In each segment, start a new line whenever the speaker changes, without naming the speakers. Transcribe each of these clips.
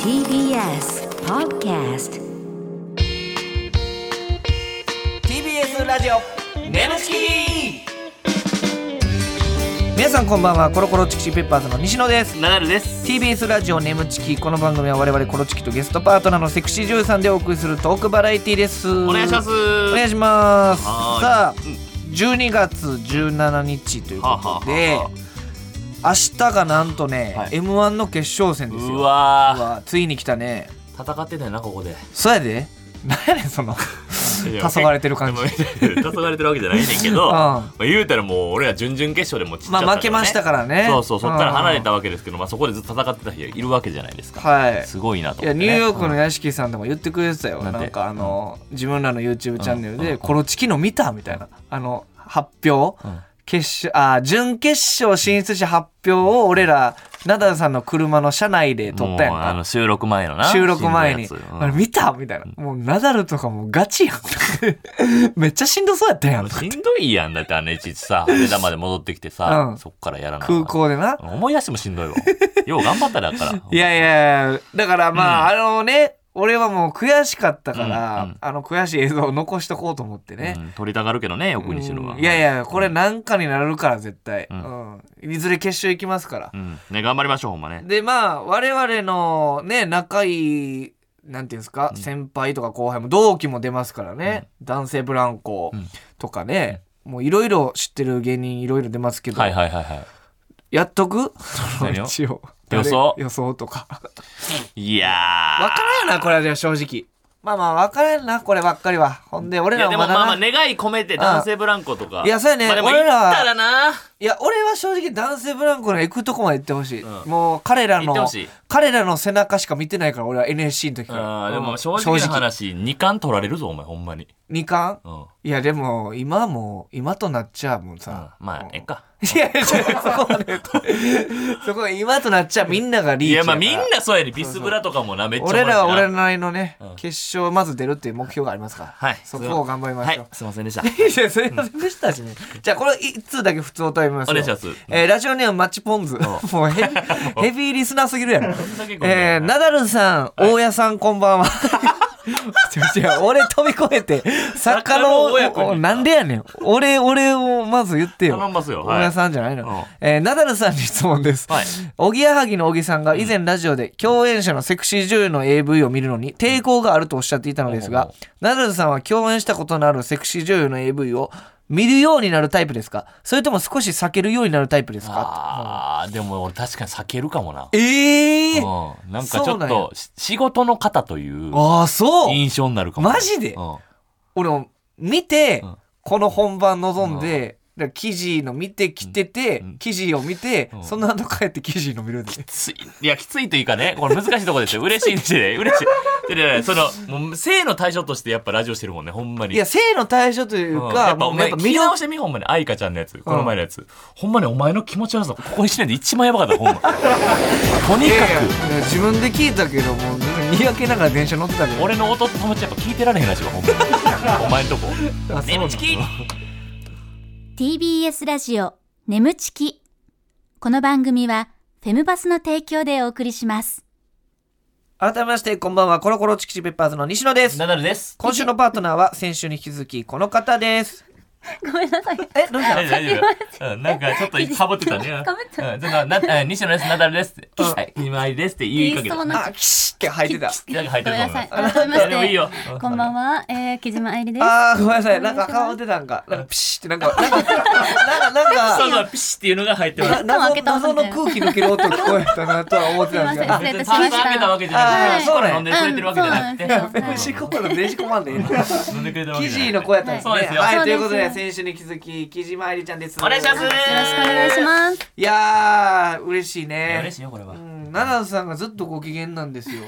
TBS Podcast
TBS ラジオネムチキ皆さんこんばんはコロコロチキチキペッパーズの西野です
ナダルです。
TBS ラジオネムチキこの番組は我々コロチキとゲストパートナーのセクシー女優さんでお送りするトークバラエティです
お願いします。
お願いします
はーい
さあ
うん
12月17日という
はあ
こ
は
と
あ
で
は
明日がなんとね、
はい
m 1の決勝戦ですよ
うわ
わついに来たね
ー戦ってたよなここで。
そうやでなんやねんその 黄昏れてる感じ
でも黄昏れてるわけじゃないねんけど、
うん
まあ言うたらもう俺ら準々決勝でもちっちゃった
ま
から、
あ
ね。
負けましたからね
そうそうそっから離れ
う
たわけですけど、まあそこでずっと戦ってた人いるわけじゃないですか。
はい
すごいなと
い
思
や
って、ね。
ニューヨークの
うん
屋敷さんとか言ってくれてたよ、
なんて
なんかあの、自分らの YouTube チャンネル
うんう
で「
ん
コロチキの見た?」みたいなあの発表、
うん
決勝あ準決勝進出者発表を俺らナダルさんの車の車内で撮ったやん
もうあの
か
収録前のな。
収録前に「
新聞の
あ
や
れ
つ
見た?」みたいな、もうナダルとかもうガチやん めっちゃしんどそうやったや
うん
ん
しんどいやんだってあのいちいちさ羽田まで戻ってきてさ、
うん
そっからやらなあか
空
ん
港でな、
思い出してもしんどいわよう頑張っただから
いやいやいやだからまあ、あのね俺はもう悔しかったから、
うんうん
あの悔しい映像を残しとこうと思ってね、
うん撮りたがるけどね横西野は
うんいやいやこれなんかになるから絶対、う
うん
いずれ決勝行きますから
う、んね頑張りましょうほんまね
でまあ我々のね仲いいなんていうんですか、先輩とか後輩も同期も出ますからね、男性ブランコ
うん
とかね、もういろいろ知ってる芸人いろいろ出ますけど、
はいはいはいはい
やっとく
何 を
一応
予想
誰予想とか
いや
わからんなこれはじゃあ正直まあまあわからんなこればっかりはほんで俺
ーいや
ら
で
も
も
まだ
まあま
な
あ願い込めて男性ブランコとか
いやそうやね
まあでも
俺らは
行ったらない
や俺は正直男性ブランコの行くとこまで行ってほしい、
うん
もう彼ら
行って
の
ほしい
彼らの背中しか見てないから俺は NSC の時から
あーで
う
も
ん
正直な話2巻取られるぞお前ほんまに
二冠
うんうん
いやでも今はもう今となっちゃうもんさ、
まあええか
いやいやそこまで そこは今となっちゃうみんながリー
い
チ
や
か
ま
ら
あみんなそうやねビスブラとかもなめっちゃ
俺らは
マジ
俺
な
なりのね、
ん
決勝まず出るっていう目標がありますから、
はい
そこを頑張りま
は
しょう
い、すいませんでした
いやすいませんでしたしねじゃあこれ一通だけ普通を食べますよ
お願いします
えーラジオネームマッチポンズもうヘビ ヘビーリスナーすぎるやろ
だけごめん
えー、ナダルさん、大家さん、こんばんは。 違う違う俺飛び越えて作家の
作家の親子に
おなんでやねん俺俺をまず言ってよ
頼みますよはい
大家さんじゃないの、
うん
えーナダルさんに質問です、
はい
おぎやはぎの小木さんが以前ラジオで共演者のセクシー女優の AV を見るのに抵抗があるとおっしゃっていたのですが、
うん
ナダルさんは共演したことのあるセクシー女優の AV を見るようになるタイプですかそれとも少し避けるようになるタイプですか
あーでも俺確かに避けるかもな
ええー、
うんなんかち
そ
ょ
う
っ
なんや
とし仕事の方という
ああそう
印象になるかも
マジで
うん
俺も見て、
うん
この本番望んで、だから記事の見てきてて、
うん
記事を見て、
うん
その後帰って記事の見るんで、
ついいやきついというかねこれ難しいとこですよ嬉しいんで ね嬉しいでねそのもう性の対象としてやっぱラジオしてるもんねほんまに
いや性の対象とい
うん
う
や
か、
っぱ
もう
お
や
前
っぱ
聞
見
き
よ
直してみほんまに愛花ちゃんのやつこの前のやつ、ほんまにお前の気持ち悪さここ一年で一番やばかっ たほんまとに
いやい
か
や
く
いや自分で聞いたけどもうにやけながら電車乗ってたけど
俺の弟友達やっぱ聞いてられへんらしいわほんまにお前んとこ
あそう
ね
な
む
の
ちき
TBS ラジオ眠ちきこの番組はフェムバスの提供でお送りします
改めましてこんばんはコロコロチキチペッパーズの西野です
ナダルです
今週のパートナーは先週に引き続きこの方です
ごめんなさい
えどうした
大丈夫大丈夫うんなんかちょっとかぶってたね。
かぶってた
うんちょっとなな西野です、ナダルですって。
うん
はい、今井ですって言いかけ
言いそう
た。
な
あキシッって入ってた
なんか入って
ご
る
めん
と
なさ
思いま
い
す。
改めま
いやでもいい
して
よ。
こんばんは、えー、木島愛理です
あーごめんなさいなんか顔ってなんかなんかピシッってなんかなんかなんかなんか
そうそう、ピシっていうのが入ってます。
な謎謎の空気抜ける音聞こえたなとは思ってたんですが。
すいません失礼
あ
いたし
パ
まし
ー
た
開けたわけじゃな
あ
い。
ーそうなんや
飲んでくれてるわけじゃなくて
うんそうなん。
電
です
子コード、電子コマンドいいな。
飲んでくれてるわ
記
けじゃな
事
い
の子やったんですね。
そうですよ
はい、
そう
と
で
い
す
うことで、選手に気づき、木島愛理ちゃんです。
お願いします
よ
よろしくお願いします
いやー、嬉しい
いや
ね
嬉し。いよ、これは
う。ん、奈良さんがずっとご機嫌なんですよ。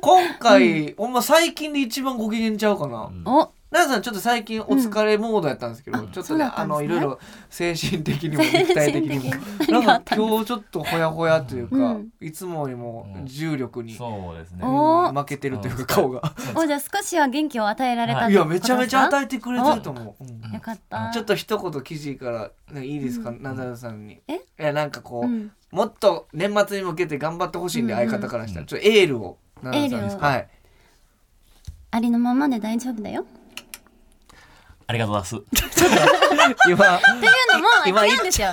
今回、ほんま最近で一番ご機嫌ちゃうかな。
お
奈良さん、ちょっと最近お疲れモードやったんですけど、ちょっと
そう
ね、
だった
あ
んです
の、
ね
いろいろ精神的にも肉体的にも
精。
なんか今日ちょっとほやほやという
う
か
ん、
いつもよりも重力に。
そうですね。
おー
負けてるというか顔が
おじゃあ少しは元気を与えられた
お
っ
い
て
や
こと
め
です
ちゃ
か
めちゃ与えてくれてると思う、うん
よかった
ちょっと一言記事から、ね、いいですか、ナダルさんに
え
いやなんかこう、
うん
もっと年末に向けて頑張ってほしいんで、
うんうん
相方からしたらちょっとエールを
ールを
奈々さんはい
ありのままで大丈夫だよ。
ありがとうございます。
今
っていうのも
今
違うんですよ。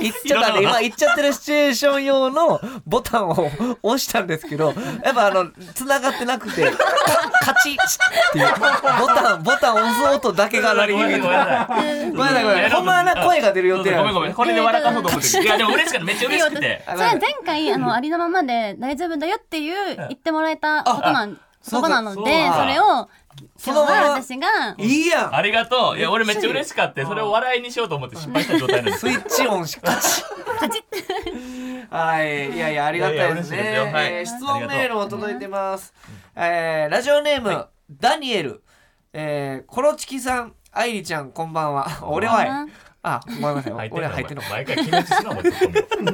言っちゃったね今言っちゃってるシチュエーション用のボタンを押したんですけどやっぱあの繋がってなくてかカチッっていうボタンボタン押す音だけが鳴り
ご
響い
めん
て
ご
る
めんなさい。
ごめんなさいごめんなさいほんまはな声が出る予定
ご
な
めんご
の
めん。これで笑かそうと思ってる。いや、でも嬉しかった。めっちゃ嬉しくて。
それ前回あのありのままで大丈夫だよっていう言ってもらえたことなんことなので
そ
そう
か
れを
そ
今日
のま
は
ま
私が
いいやん
ありがとう。いや、俺めっちゃ嬉しかった。それを笑いにしようと思って失敗した状態なんです
スイ。ッチオンしカチッはいいやいやありがたいですね
いやいや嬉しいですよはい
えー質問メールも届いてます、えーラジオネーム、ダニエル、えー、コロチキさん愛理ちゃんこんばんは俺は
あ
あごめんなさい
入って
俺
ない
は入ってんのか
毎回気持ちすな、お前。ツッコミ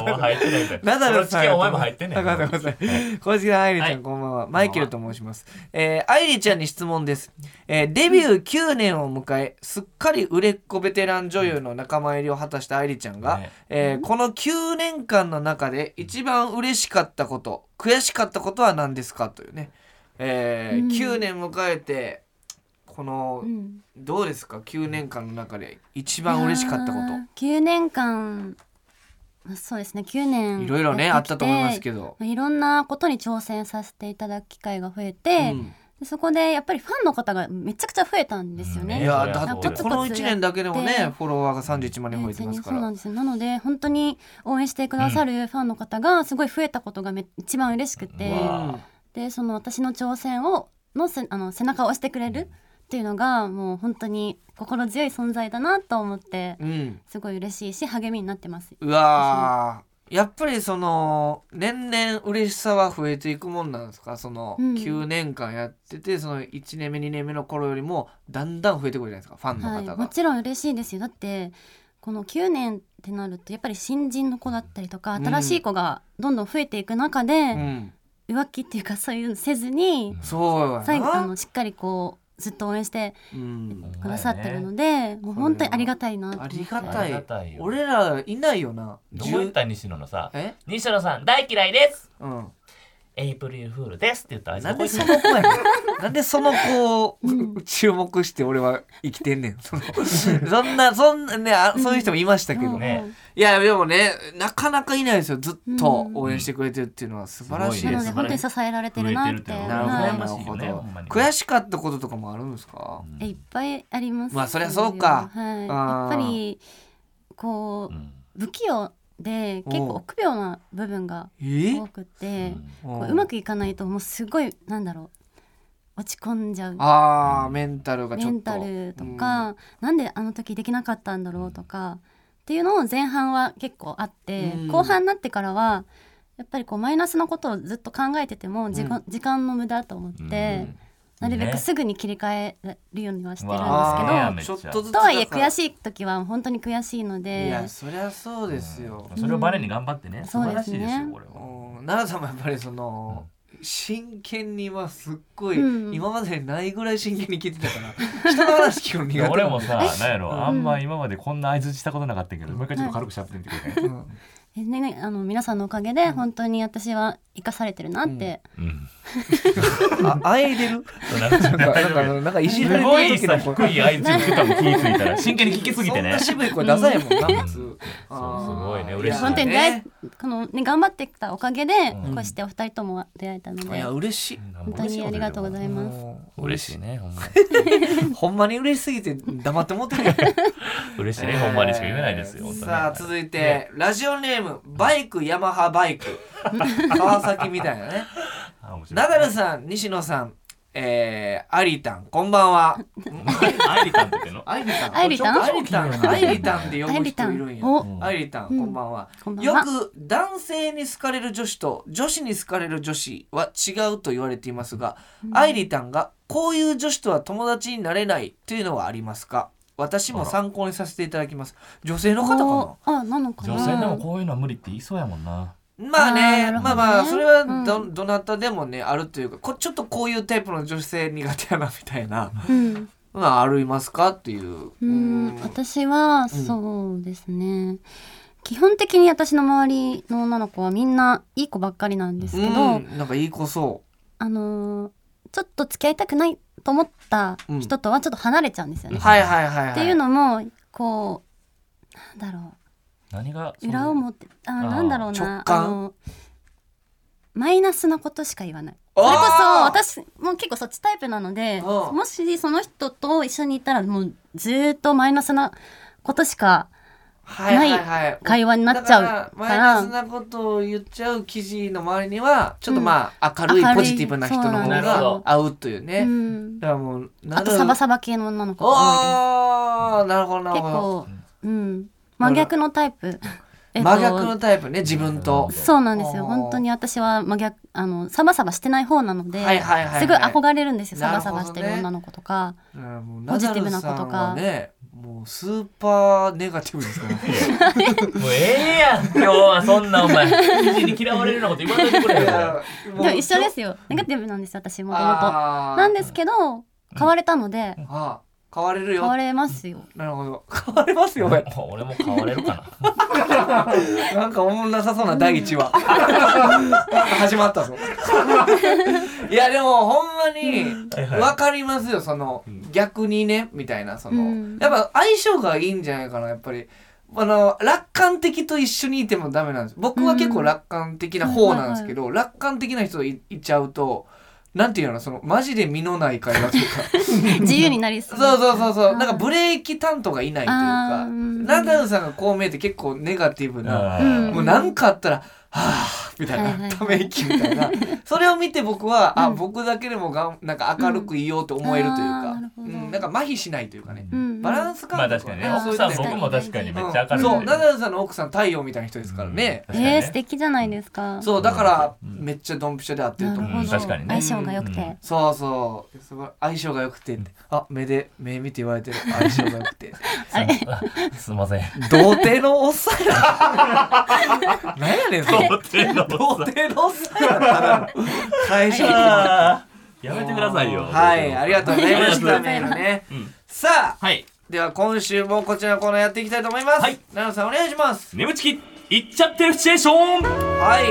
お前入ってないみたい
ナダルさん
その知
や
見
と
お
思う
前も入ってんね
あごめんなさいごめんなさいコロチキさん愛理ちゃん、
はい
こんばんはマイケルと申しますえー愛理、ちゃんに質問です、えーデビュー9年を迎えすっかり売れっ子ベテラン女優の仲間入りを果たした愛理ちゃんが、
ね
えーこの9年間の中で一番嬉しかったこと悔しかったことは何ですかというね、えー
うん
9年迎えてこの、
うん
どうですか9年間の中で一番嬉しかったこ
いやー9年間まあそうですね9
と
年
いろいろね
や
あっ
きて
たと思いますけど、
まあいろんなことに挑戦させていただく機会が増えて、
うん
でそこでやっぱりファンの方がめちゃくちゃ増えたんですよ
うん
ね。
い
ね
や
そりゃ
だ
そう
ってこの1年だけでも
で
ねフォロワーが31万人増えてますか
そうな
ら
んですよなので本当に応援してくださるファンの方がすごい増えたことがめ一番嬉しくて、
うわ
でその私の挑戦をのせあの背中を押してくれるっていうのがもう本当に心強い存在だなと思って
うん、うん
すごい嬉しいし励みになってます。
うわーやっぱりその年々嬉しさは増えていくもんなんですかその
うん
9年間やっててその1年目2年目の頃よりもだんだん増えてくるじゃないですかファンの
はい、
方が。
もちろん嬉しいですよだってこの9年ってなるとやっぱり新人の子だったりとか
うん
新しい子がどんどん増えていく中
う
で、
ん、
浮気っていうかそういうのせずに
そうやな
最後あのしっかりこうずっと応援して
うん、
くださってるので、もう
これは
本当にありがたいなと思って
ありがたい
ありがたいよ。
俺らいないよな
どういった西野のさ、
え
西野さん大嫌いです。
うん
エイプリルフールですって言ったらあいつ
なん
ど
で
こ行っ
その
た
子やねんなんでその子を注目して俺は生きてんね んそのそんなそんなねあそういう人もいましたけど、
うん
ね
いやでもねなかなかいないですよずっと応援してくれてるっていうのは素晴らしい
うん
な
です
ので
ね
本当に支えられてるなって
増えてるっていう
な
の
る
は
はい
ほ
羨ま
ど
しいよね
なるほど
ほんまに
悔しかったこととかもあるんですか、
えいっぱいあります
まあそりゃそうか
は
あ
い、や
ー
っぱりこ
うん
う不器用で結構臆病な部分が
え
多くて、
う
こううまくいかないともうすごいなんだろう落ち込んじゃう
あーメンタルがち
メ
ょっと
ンタルとか、なんであの時できなかったんだろうとかっていうのを前半は結構あって、
うん
後半になってからはやっぱりこうマイナスのことをずっと考えてても時間,、時間の無駄と思って、
うん
なるべく
ね
すぐに切り替えるようにはしてるんですけど、
わあ
あーちょっとずつ
とはいえ悔
し
しい時は本当に悔しいの
い
で
やそりゃそうですよ、
それをバネに頑張ってね。素
そう
晴ら
で
し
す
い
ね
ですよ、これは。
うん奈良さんもやっぱりその、真剣に今すっごい、
うん
今までにないぐらい真剣に聞いてたから人の話聞くの苦手なの
俺もさ、なんやろ、あんま今までこんな相槌したことなかったけど、もう一回ちょっと軽くしゃべってみてくれ
う
ない
ん
えねねあの皆さんのおかげで本当に私は生かされてるなって、
うん
ああえいで る
そうなんか
なんかなんかなんかいじ
す
られ
ご
て
い
る時の
さ、
声
低い相槌とかも気ぃついたら、真剣に聞きすぎて
そん
ね
な。渋い声出さへんもんな普通
う
あー
そうすごいね嬉しい
本当に
や
大この、ね、頑張ってきたおかげで、
うん
こうしてお二人とも出会えたの
い
で
や嬉しい
本当にありがとうございます。
も
嬉しいね、ほんま。
うほんまに嬉しすぎて黙ってもってるやん
嬉しいね、ほんまにしか言えないですよ。
えー
本当ね
さあ続いてラジオネームバイクヤマハバイ ク川崎みたいなね
あ面白
ナ
い
ダルさん、西野さん、えー、アリタン、こんばんは。
アイリカンって言ってんの
アリタン
アリタン
アリタン、アリタンで呼
アイ
ぶ
リタ
人いるん
ン
や。
お、
うん
アリタン、こんばんは。
こんばん
よ
は。
く男性に好かれる女子と女子に好かれる女子は違うと言われていますが、アイリタンがこういう女子とは友達になれないというのはありますか私も参考にさせていただきます。女性の方か
おあ、なのかな。
女性でもこういうのは無理って言いそうやもんな。
なまあね
あーなるほどね
まあまあ、それはど、
う
どなたでもね、あるというか、こちょっとこういうタイプの女性苦手やな、みたいな。
うん、
まあ、ありますかっていう。
う
う
ん、
ん
私はそうですね。基本的に私の周りの女の子はみんないい子ばっかりなんですけど、
うん、なんかいい子そ
あのーちょっと付き合いたくないと思った人とはちょっと離れちゃうんですよ
う。
ね。
はいはいはいはい。
っていうのもこうなんだろ
何が
う裏表あ
あー
なんだろうな
直感
あのマイナスのことしか言わない。
あー
それこそ私も結構そっちタイプなので
あー
もしその人と一緒にいたらもうずーっとマイナスなことしか
はいはいはい、
会話になっちゃう
だ
か
から
ら
マイナスなことを言っちゃう記事の周りにはちょっとまあ明るい
明るい
ポジティブな人の方
そうなんです
が
よ
合うというね、
うん
だからもうな
あ
る
とサバサバ系の女の子が多
おーなるほどないる
です結
ほど
構、うん、真逆のタイプ。えっと
真逆のタイプね自分と
そうなんですよ
あー
本当に私は真逆あのサバサバしてない方なので、
はいはいはいはい
すごい憧れるんですよ
な
サ
るほど
バ
ね
サバしてる女の子とか
だからもうナ
ポジ
ダ
ティブ
ル
な
さ
こと
ん
か
はねもうスーパーネガティブですからね
もうええやん今日はそんなお前記事に嫌われるようなこと言わないでく
い
れよ
や
で
も
も
う
一緒ですよネガティブなんですよ私もともと
あー
なんですけど買われたので
あー変われる
買
よ
われますよ
なるほど変われますよ俺
もう俺も変われるかな
なんかおもんなさそうな第1話。なんか始ま ったぞ。いやでもほんまにわかりますよ、その逆にね、みたいな、そうの
ん。
やっぱ相性がいいんじゃないかな、やっぱり。あの、楽観的と一緒にいてもダメなんです。僕は結構楽観的な方なんですけど、楽観的な人といいちゃうと、なんていうの、その、マジで身のない会話というか。
自由になりそ
そううそうそうそう。
ん
なんかブレーキ担当がいないというか
あーう、ん
ナダルさんがこう見えて結構ネガティブな。
うん
もう何かあったら、はあみたいな、
はいはい
ため息みた いな。それを見て僕は、あ、僕だけでもがん、なんか明るくいようと思えるというか、
うんあーなる
う
ほど
ん、なんか麻痺しないというかね。
うんうん
バランス
ま
感
あ
覚
確か
は
に
ね、
ね
あ
奥
ー
そう
さ
い
ん
う
僕
点
も確かにめっちゃ
う
明る
ん
い
そう、ナダルさんの奥さん太陽みたいな人ですからね。
確かに
えー、
ね
素敵じゃないですか
そう、だから、
うん
めっちゃドンピシャで合ってる
な
と
る
思う。
ほど、
うん確かにね
相性が良くて、
そうそうすごい相性が良くてってあ目で目見て言われてる相性が良くて
すすいません
童貞のおっさんや な何やねんそれ
童貞の
童貞のおっさんやな会社
あーやめてくださいよ
はい、ありがとうございました。
ありがとうございます
ね
うん
さあ、
はい
では今週もこちらのコーナーやっていきたいと思います。
はい
奈良さんお願いします。
眠ちきいっちゃってるシチュエーション
はい、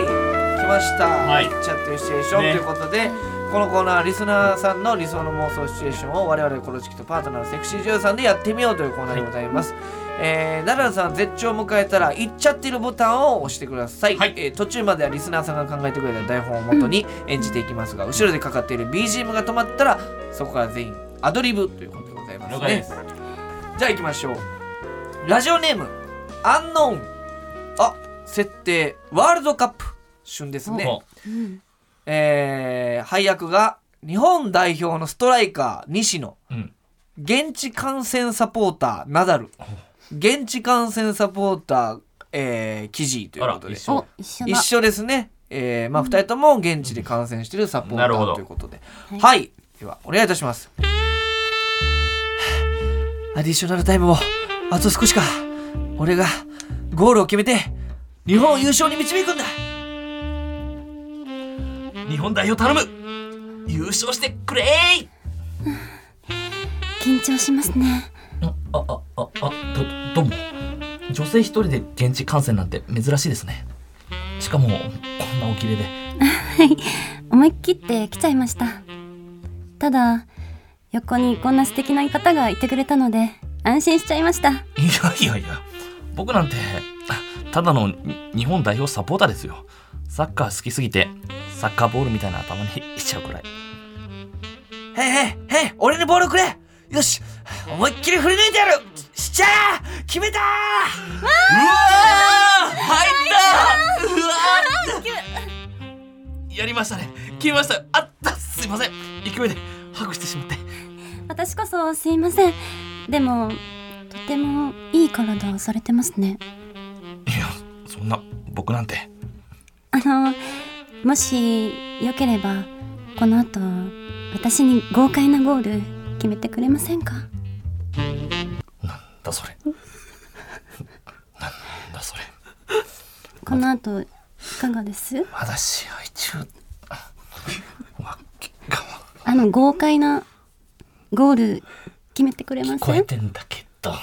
来ました。
はい
チャットシチュエーション、
ね
ということで、このコーナーはリスナーさんの理想の妄想シチュエーションを我々コロチキとパートナーのセクシー女優さんでやってみようというコーナーでございます。えー、奈良さん絶頂を迎えたら「行っちゃってる」ボタンを押してください、
はい
えー途中まではリスナーさんが考えてくれた台本をもとに演じていきますが、後ろでかかっている BGM が止まったらそこから全員アドリブということでございます
了
ね。
解です
じゃあ行きましょうラジオネームアンノーンあ設定ワールドカップ旬ですね
も
うん
えー、配役が日本代表のストライカー西野
ううん
現地観戦サポーターナダル現地観戦サポーター、えー、記事ということ
あら
で
一緒
お一緒だ
一緒ですね、えーまあ、2人とも現地で観戦してるサポー
な
タ
るほど
ーということで、はい、ではお願いいたしますアディショナルタイムもあと少しか俺がゴールを決めて日本を優勝に導くんだ
日本代表頼む優勝してくれー
緊張しますね
ああああどどうも女性一人で現地観戦なんて珍しいですねしかもこんなおきれで
思い切って来ちゃいましたただ横にこんな素敵な方がいてくれたので安心しちゃいました
いやいやいや僕なんてただのに日本代表サポーターですよサッカー好きすぎてサッカーボールみたいな頭にいっちゃうくらい
へいへいへい俺にボールくれよし思いっきり振り抜いてやるししちゃー決めたー
うわー入ったうわーやりましたね決めましたあったすいません勢いでハグしてしまって
私こそすいませんでもとてもいい体をされてますね
いやそんな僕なんて
あのもしよければこの後私に豪快なゴール決めてくれませんか
だそ れなんだそれ
この後いかがです
まだ試合中あわけがわ
あの豪快なゴール決めてくれま
聞こ
せ
え
ん
てんだけど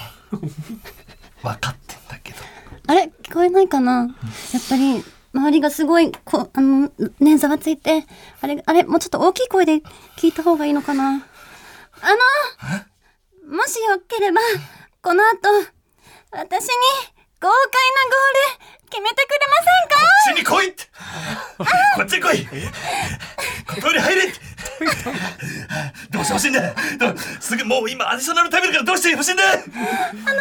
分かってんだけど
あれ聞こえないかなやっぱり周りがすごいこあのねざわついてあれあれもうちょっと大きい声で聞いた方がいいのかなあのもしよければこの後私に豪快なゴール決めてくれ
ち
ませんか
に来いってこっちに来いトイレ入れってどうしてほしいんだどうすぐもう今アディショナル食べるからどうしてほしいんだ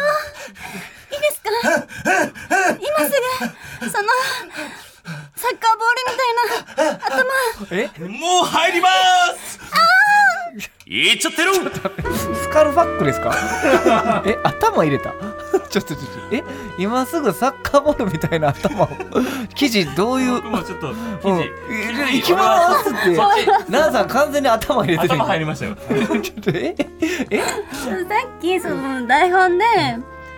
いいですか今すぐそのサッカーボールみたいな頭
もう入りますいっちゃってる
スカルバックですか え頭入れたちょっとちょっとえ今すぐサッカーボールみたいな頭を生地どういう
僕もちょっと
うん
生地
え行きますって
そっ
ナナさん完全に頭入れてる
頭入りましたよ
ちょっとええ
さっきその台本で、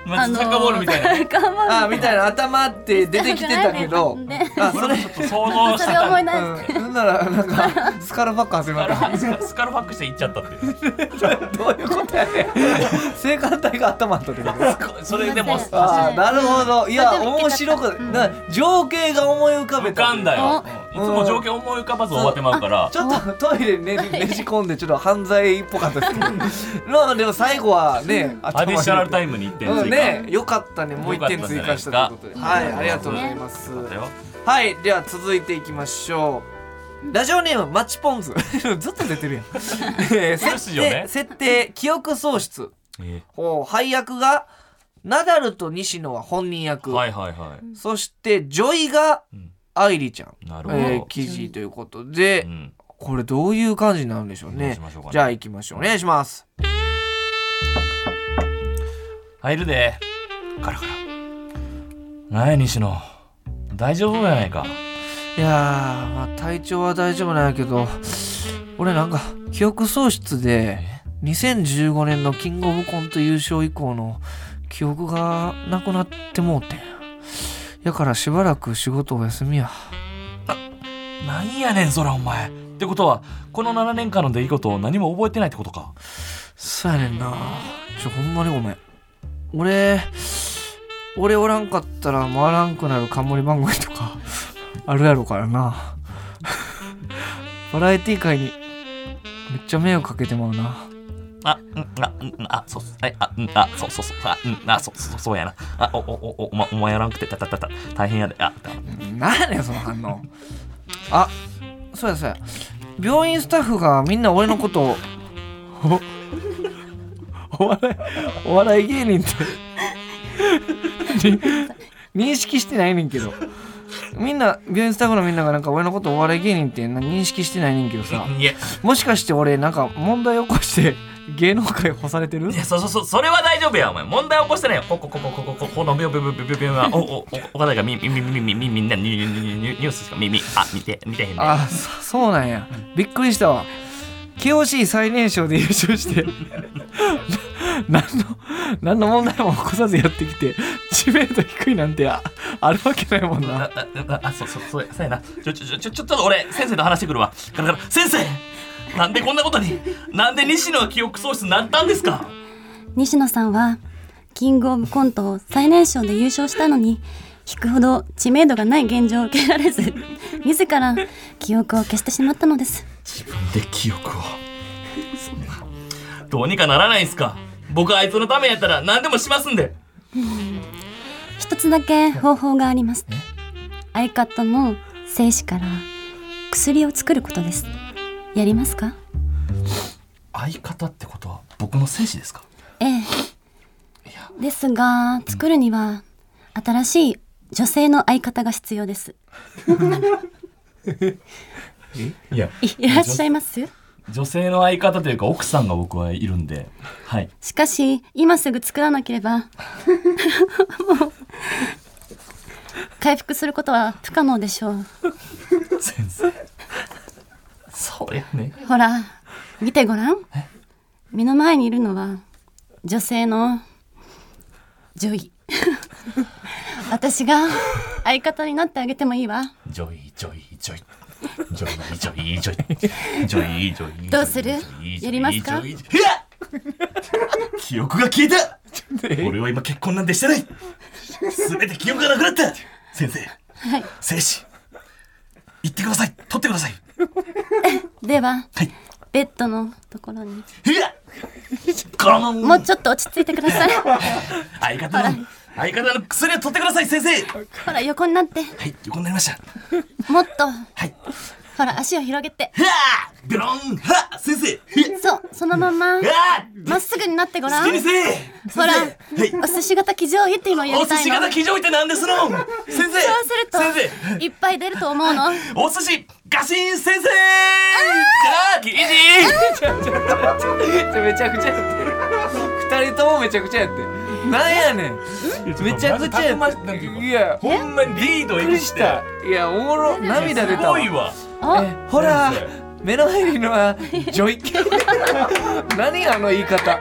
まあサッカーボールみたいな
サッカーボールみたいな
あみたいな頭って出てきてたけど
ね
あ
こ
そ
れ
れ
ちょっと想像し
それ思い
た
出して、
うんなんならなんかスカルバック始まった
スカルファックしていっちゃったっていう
どういうことやねん性感帯が頭にとってる
それでも
すいま
あーなるほどいや
例えば
面白く
うん
な情景が思い浮かべ
浮
た
かんだよいつ
うん
も情景思い浮かばず終わってまうから
ちょっとトイレねねじ込んでちょっと犯罪っぽかったですけどまあでも最後はね
アディショナルタ
イ
イムに1点
うん
追加
ねよかったねもう一点
よかっ
追
たじゃない
加
で
した
すか
ということではいありがとうございます
そうだよ
はいでは続いていきましょうラジオネームマッチポンズ ずっと出て るやんえー
苦
設
しいよね
定設定記憶喪失
え
ほう配役がナダルと西野は本人
え
役
はいはいは
そしてジョイが
うん
愛理ちゃん
いなるほ
えー
ど
記事ということで
うん
これどういう感じなんでしょう
どう
ね
しましょうかね
じゃあ行きましょうお願いします
入るでカラカラなんや西野大丈夫やないか
いやー、まあ、体調は大丈夫なんやけど俺なんか記憶喪失で2015年のキングオブコント優勝以降の記憶がなくなってもうてんやからしばらく仕事お休みや
なんやねんそらお前ってことはこの7年間の出来事を何も覚えてないってことか
そやねんなちょほんまにごめん俺俺おらんかったら回らんくなる冠番組とか あるやろからな バラエティ界にめっちゃ迷惑かけてまうな
あうんあうんあそうはいあうんあそうそうそうあうんあそうそうそうやなあおおおおおまお前やらんくてたたたた大変やであ
なんやねんその反応あそうやそうや病院スタッフがみんな俺のことを おお笑いお笑い芸人ってに 認識してないねんけどみんな病院スタッフのみんながなんか俺のことをお笑い芸人ってな認識してないねんけどさ
いや
もしかして俺なんか問題起こして芸能界干されてる
いやそうそうそうそれは大丈夫やお前問題起こしてないよここここここここのビョビョビョビョビョはおおお岡田がみみみみみみみんなニュニュニュニュニュースしかみみあ見て見てへんね
あそそうなんやびっくりしたわ KOC 最年少で優勝して な何の何の問題も起こさずやってきて知名度低いなんてああるわけないもんな
ああああそうそうそうやそうやなちょちょちょちょちょっと俺先生と話してくるわガラガラ先生なんでこんなことになんで西野は記憶喪失になったんですか
西野さんはキングオブコントを最年少で優勝したのに引くほど知名度がない現状を受けられ ず自ら記憶を消してしまったのです
自分で記憶をそんなどうにかならないんすか僕あいつのためやったら何でもしますんで
一つだけ方法があります相方の精子から薬を作ることですやりますか
相方ってことは僕の精子ですか
ええですが作るには新しい女性の相方が必要です
いや
いいらっしゃいます
女性の相方というか奥さんが僕はいるんではい
しかし今すぐ作らなければ もう回復することは不可能でしょう
先生そうやね
ほら見てごらん目の前にいるのは女性の女医私が相方になってあげてもいいわ
ジョイジョイジョイジョイジョイジョイジョイジョイ
どうするやりますか
ジョイジョイいや記憶が消えた俺は今結婚なんてしてないすべて記憶がなくなった先生
はい。
精子行ってください取ってください
では、
はい
ベッドのところに。
ひやガロン
もうちょっと落ち着いてください。
相方の相方の薬を取ってください先生は
ほら、横になって。
い横になりました
もっと、
はい
ほら、足を広げて。
ひゃビロンは先生ひゃ
そう、そのまんま。
あ
まっすぐになってごらん。
好きに
ほ
せえ
ら、
先生はい
お寿司型騎乗位っていうのをや
お寿
りたい
司
の。
型騎乗位って何ですの先生そう
そうすると
先生
いっぱい出ると思うの。
お寿司ガシン先生あーキジ
めちゃくちゃやってる二人ともめちゃくちゃやってるなんやねんめちゃくちゃや
マジ
っ
なん
て
ていう
る
か
いや
ほんまにリード
びっ
エ
く
グ
り
し
してたいやおもろ涙出
す
たわ
ごいわ
お、
えほら
先
目の入りのはジョイ系 何あの言い方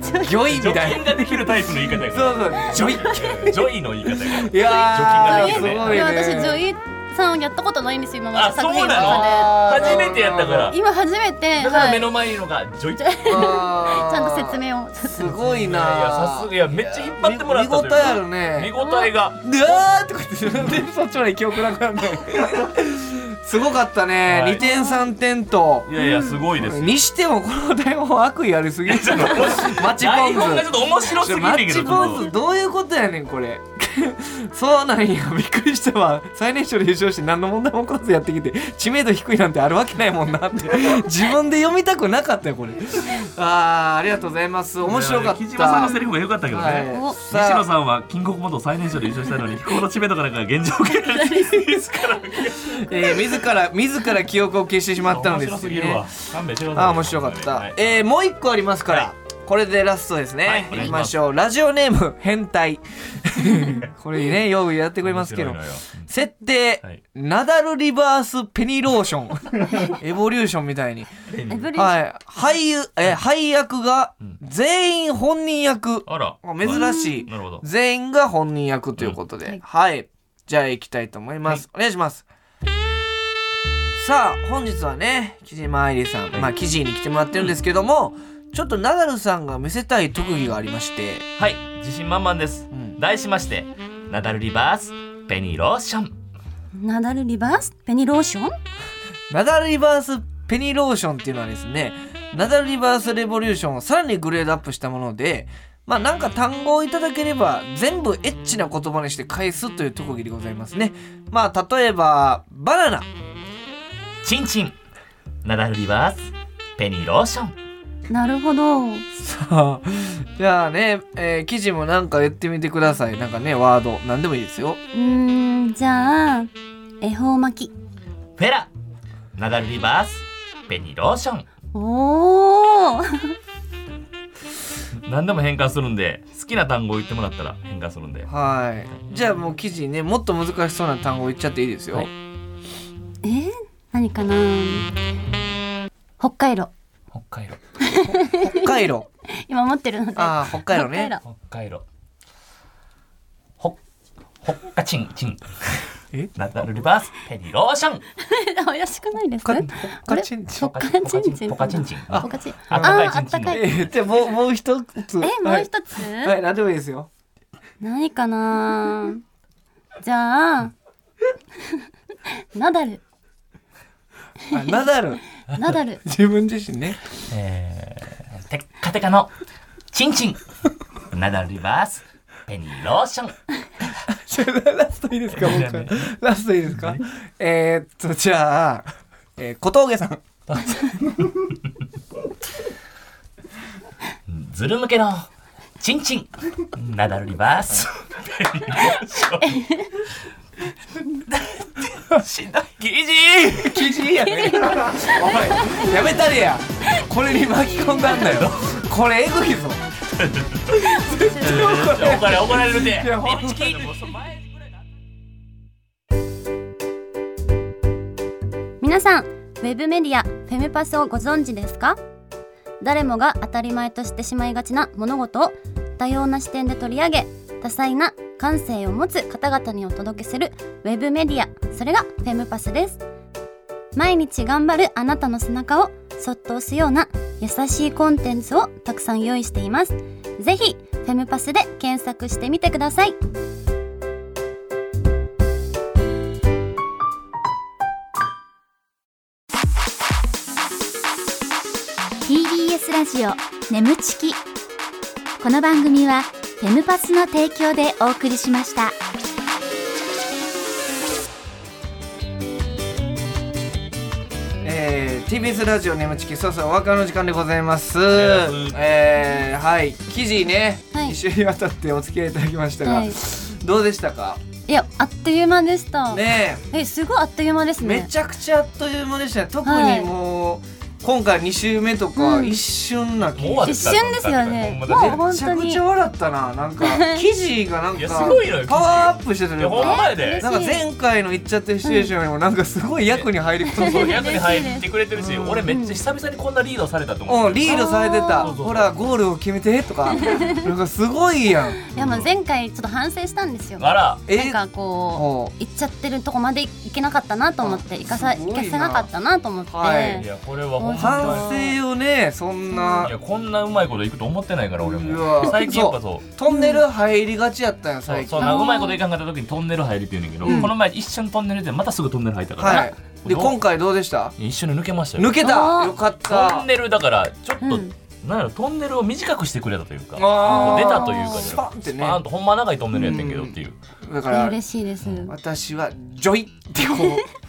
ジョイみ
除
たい
菌
な
ができるタイプの言い方やか
そうそうジョイ
らジョイの言い方やか
いやー
除菌ができるね
すごいね
でも私女優さんをやったことないんですよ今ま
らあ
で
そ
作
う
品の中
な
あー
の初めてやったから
で今初めて
だから
は
目
いち
の前にいるのがジョイいやいや
あー
ゃんと 説明を
すごいな
さすがいやめっちゃ引っ張ってもらったという
見応えある
か
ね
見応えが
であーってこうやってでそっちまで記憶なくなるすごかったね、
は
二
い
2点3点と
いやいやすごいですよ
にしてもこの台本悪意ありすぎるマッチポ
台本
ン
がちょっと面白す
ズ
ぎ
マ
る
ッ
け
チ
ど
ポンズどういうことやねんこれ そうなんや びっくりしたわ最年少で優勝して何の問題も起こらずやってきて知名度低いなんてあるわけないもんなって 自分で読みたくなかったよこれ あーありがとうございます面白かった
木島さんのセリフが良かったけど
はい
ね
お
さあ
西野さんはキングオブコント最年少で優勝したのに飛行の知名度がなんか現状受けられですから
えー自ら自ら記憶を消してしまったのです、ね、
面白すぎるわ勘弁してください
あー面白かった、
はい
えーもう一個ありますから、
はい
これでラストですね、
はい
行きましょうラジオネーム変態 これねようやってくれますけど
面白いのよ
設定、
はい
ナダルリバースペニローショ ンエボリューションみたいに、
エブリは
はい、俳優えー配役が全員本人役、
あら
珍しい
なるほど
全員が本人役ということで、
うん
はいじゃあ行きたいと思います、お願いしますさあ本日はね木島愛理さん、まあ記事に来てもらってるんですけども、ちょっとナダルさんが見せたい特技がありまして
はい自信満々です
ん
題しましてナダルリバースペニローション
ナダルリバースペニローション
ナダルリバースペニローションっていうのはですねナダルリバースレボリューションをさらにグレードアップしたものでまあなんか単語をいただければ全部エッチな言葉にして返すという特技でございますねまあ例えばバナナ
チンチンナダルリバースペニローション
なるほどは
さあじゃあね、えー、記事もなんか言ってみてくださいなんかねワードなんでもいいですよ
うーんじゃあ恵方巻き
フェラナダルリバースペニローショ
おお
ン何でも変換するんで好きな単語を言ってもらったら変換するんで
はいじゃあもう記事ねもっと難しそうな単語言っちゃっていいですよ、
はい
えー、何かな北海道
北海道
北海道
今持ってるので
ああ北海道ね
北海道ほほっかちんちん
え
ナダルリバースペニローション
北海道 怪しくないです
ほっ
あ
か
れ
ほっかちんちん
ほっかちんちん
ほっかちんちん
あほっかちん
あったかい
あーあったかい
えー、じゃあもうもう一つえ
えもう一つ、
はい、はい、何でもいいですよ
何かなじゃあナダル
あナダル
ナダル
自分自身ね
えー、テッカテカのチンチンナダルリバースペニローション
じゃあラストいいですか
い
僕
やね
ラストいいですかえー、っとじゃあ、えー、小峠 さん
ズル向けのチンチンナダルリバース しんどい
記事記事やねおいやめたりやこれに巻き込んだんだよこれエグいぞ
怒られ怒られるで
いやほんま
チキ
皆さんウェブメディアフェムパスをご存知ですか誰もが当たり前としてしまいがちな物事を多様な視点で取り上げ多彩な感性を持つ方々にお届けするウェブメディアそれがフェムパスです毎日頑張るあなたの背中をそっと押すような優しいコンテンツをたくさん用意していますぜひフェムパスで検索してみてください
TBS ラジオ眠ちきこの番組はフェムパスの提供でお送りしました。
えー、TBS ラジオ眠ちきそろそろお別れの時間でございます
ありがとうございます
えー、はい記事ね、
はい
一週にわたってお付き合いいただきましたが、
はい
どうでしたか
いやあっという間でした、
ね
えすごいあっという間です
え
ね
めちゃくちゃあっという間でしたね特
は
に
い
もう、今回二週目とか
うん
一瞬な気
もう終わった
一瞬ですよね
ほんまだね
もう本
めちゃ
当
く
に
ちゃ笑ったななん か記事がなん
い
か
やすごいのよ記事
パワーアップしてた
い
ね
やほんまや
え
で
なんか前回の言っちゃってるシチュエーションよりもなんかすごい役に入り込ん
そう
で
役に入ってくれてるし
うん
俺めっちゃ久々にこんなリードされたと思
う
っ
ん、
て
リードされてた
あー
ほらゴールを決めてとかなんかすごいやん
いやまあ前回ちょっと反省したんですよ
あら
え
なんかこ
おう
う行っちゃってるとこまで行けなかったなと思って
あ
行かさ
す
行
ごいな
かせなかったなと思って、
はい
いやこれはほん
反
ま
反省をねそんない
やこんなうまいこといくと思ってないから俺
うわ
も最近やっぱそう
トンネル入りがちやったんや
そう
最
そ
近
うなうまいこといかんかった時にトンネル入るって言うねんだけど、
うん
この前一瞬トンネルでまたすぐトンネル入ったから、
はいで
どう
今回どうでした
一緒に抜けましたよ
抜けた
あー
よかっ
ト
た
ンネルだからちょっと、
うん
なんやろトンネルを短くしてくれたというか
あー
出たというか
スパンってね
バーンとほんま長いトンネルやってんけどっていう、
だか
いや
ら
嬉しいです、
私はジョイってこ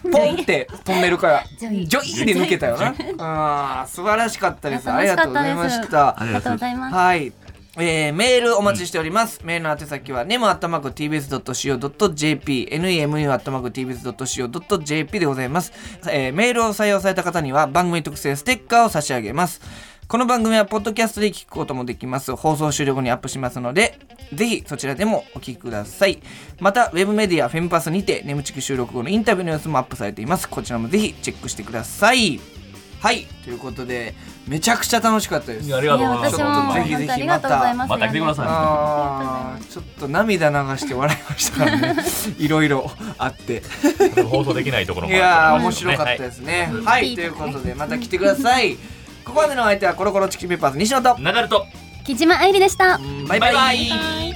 うポンってトンネルからジ
ジ
ョ
ョ
イ
イ
で抜けたよなあー素晴らしかったですあ
い
り
や
が
楽
と
し
うご
か
ざいま
ったです
した
ありがとうございます
はい。えー、メールお待ちしております。メールの宛先は、ねむあったまく tbs.co.jp、nemu あったまく tbs.co.jp でございます、えーメールを採用された方には番組特製ステッカーを差し上げます。この番組はポッドキャストで聞くこともできます。放送終了後にアップしますので、ぜひそちらでもお聞きください。また、ウェブメディアフェムパスにて、眠ちき収録後のインタビューの様子もアップされています。こちらもぜひチェックしてください。はい、ということで、めちゃくちゃ楽しかったです
いや。あり
い
がとう
や
ございま
私
す
も本
ぜ
当
ひぜひ
にありがとうございます
また来てください
あーちょっと涙流して笑いましたから ねいろいろあって
放送できないところ
い
もあ
や
っ
ー
た
面白かった
ね
ですねはい、ということでまた来てくださいここまでのお相手はコロコロチキンペッパーズ西野と
はい、流れと
木島愛理でした
バイバイ
バイ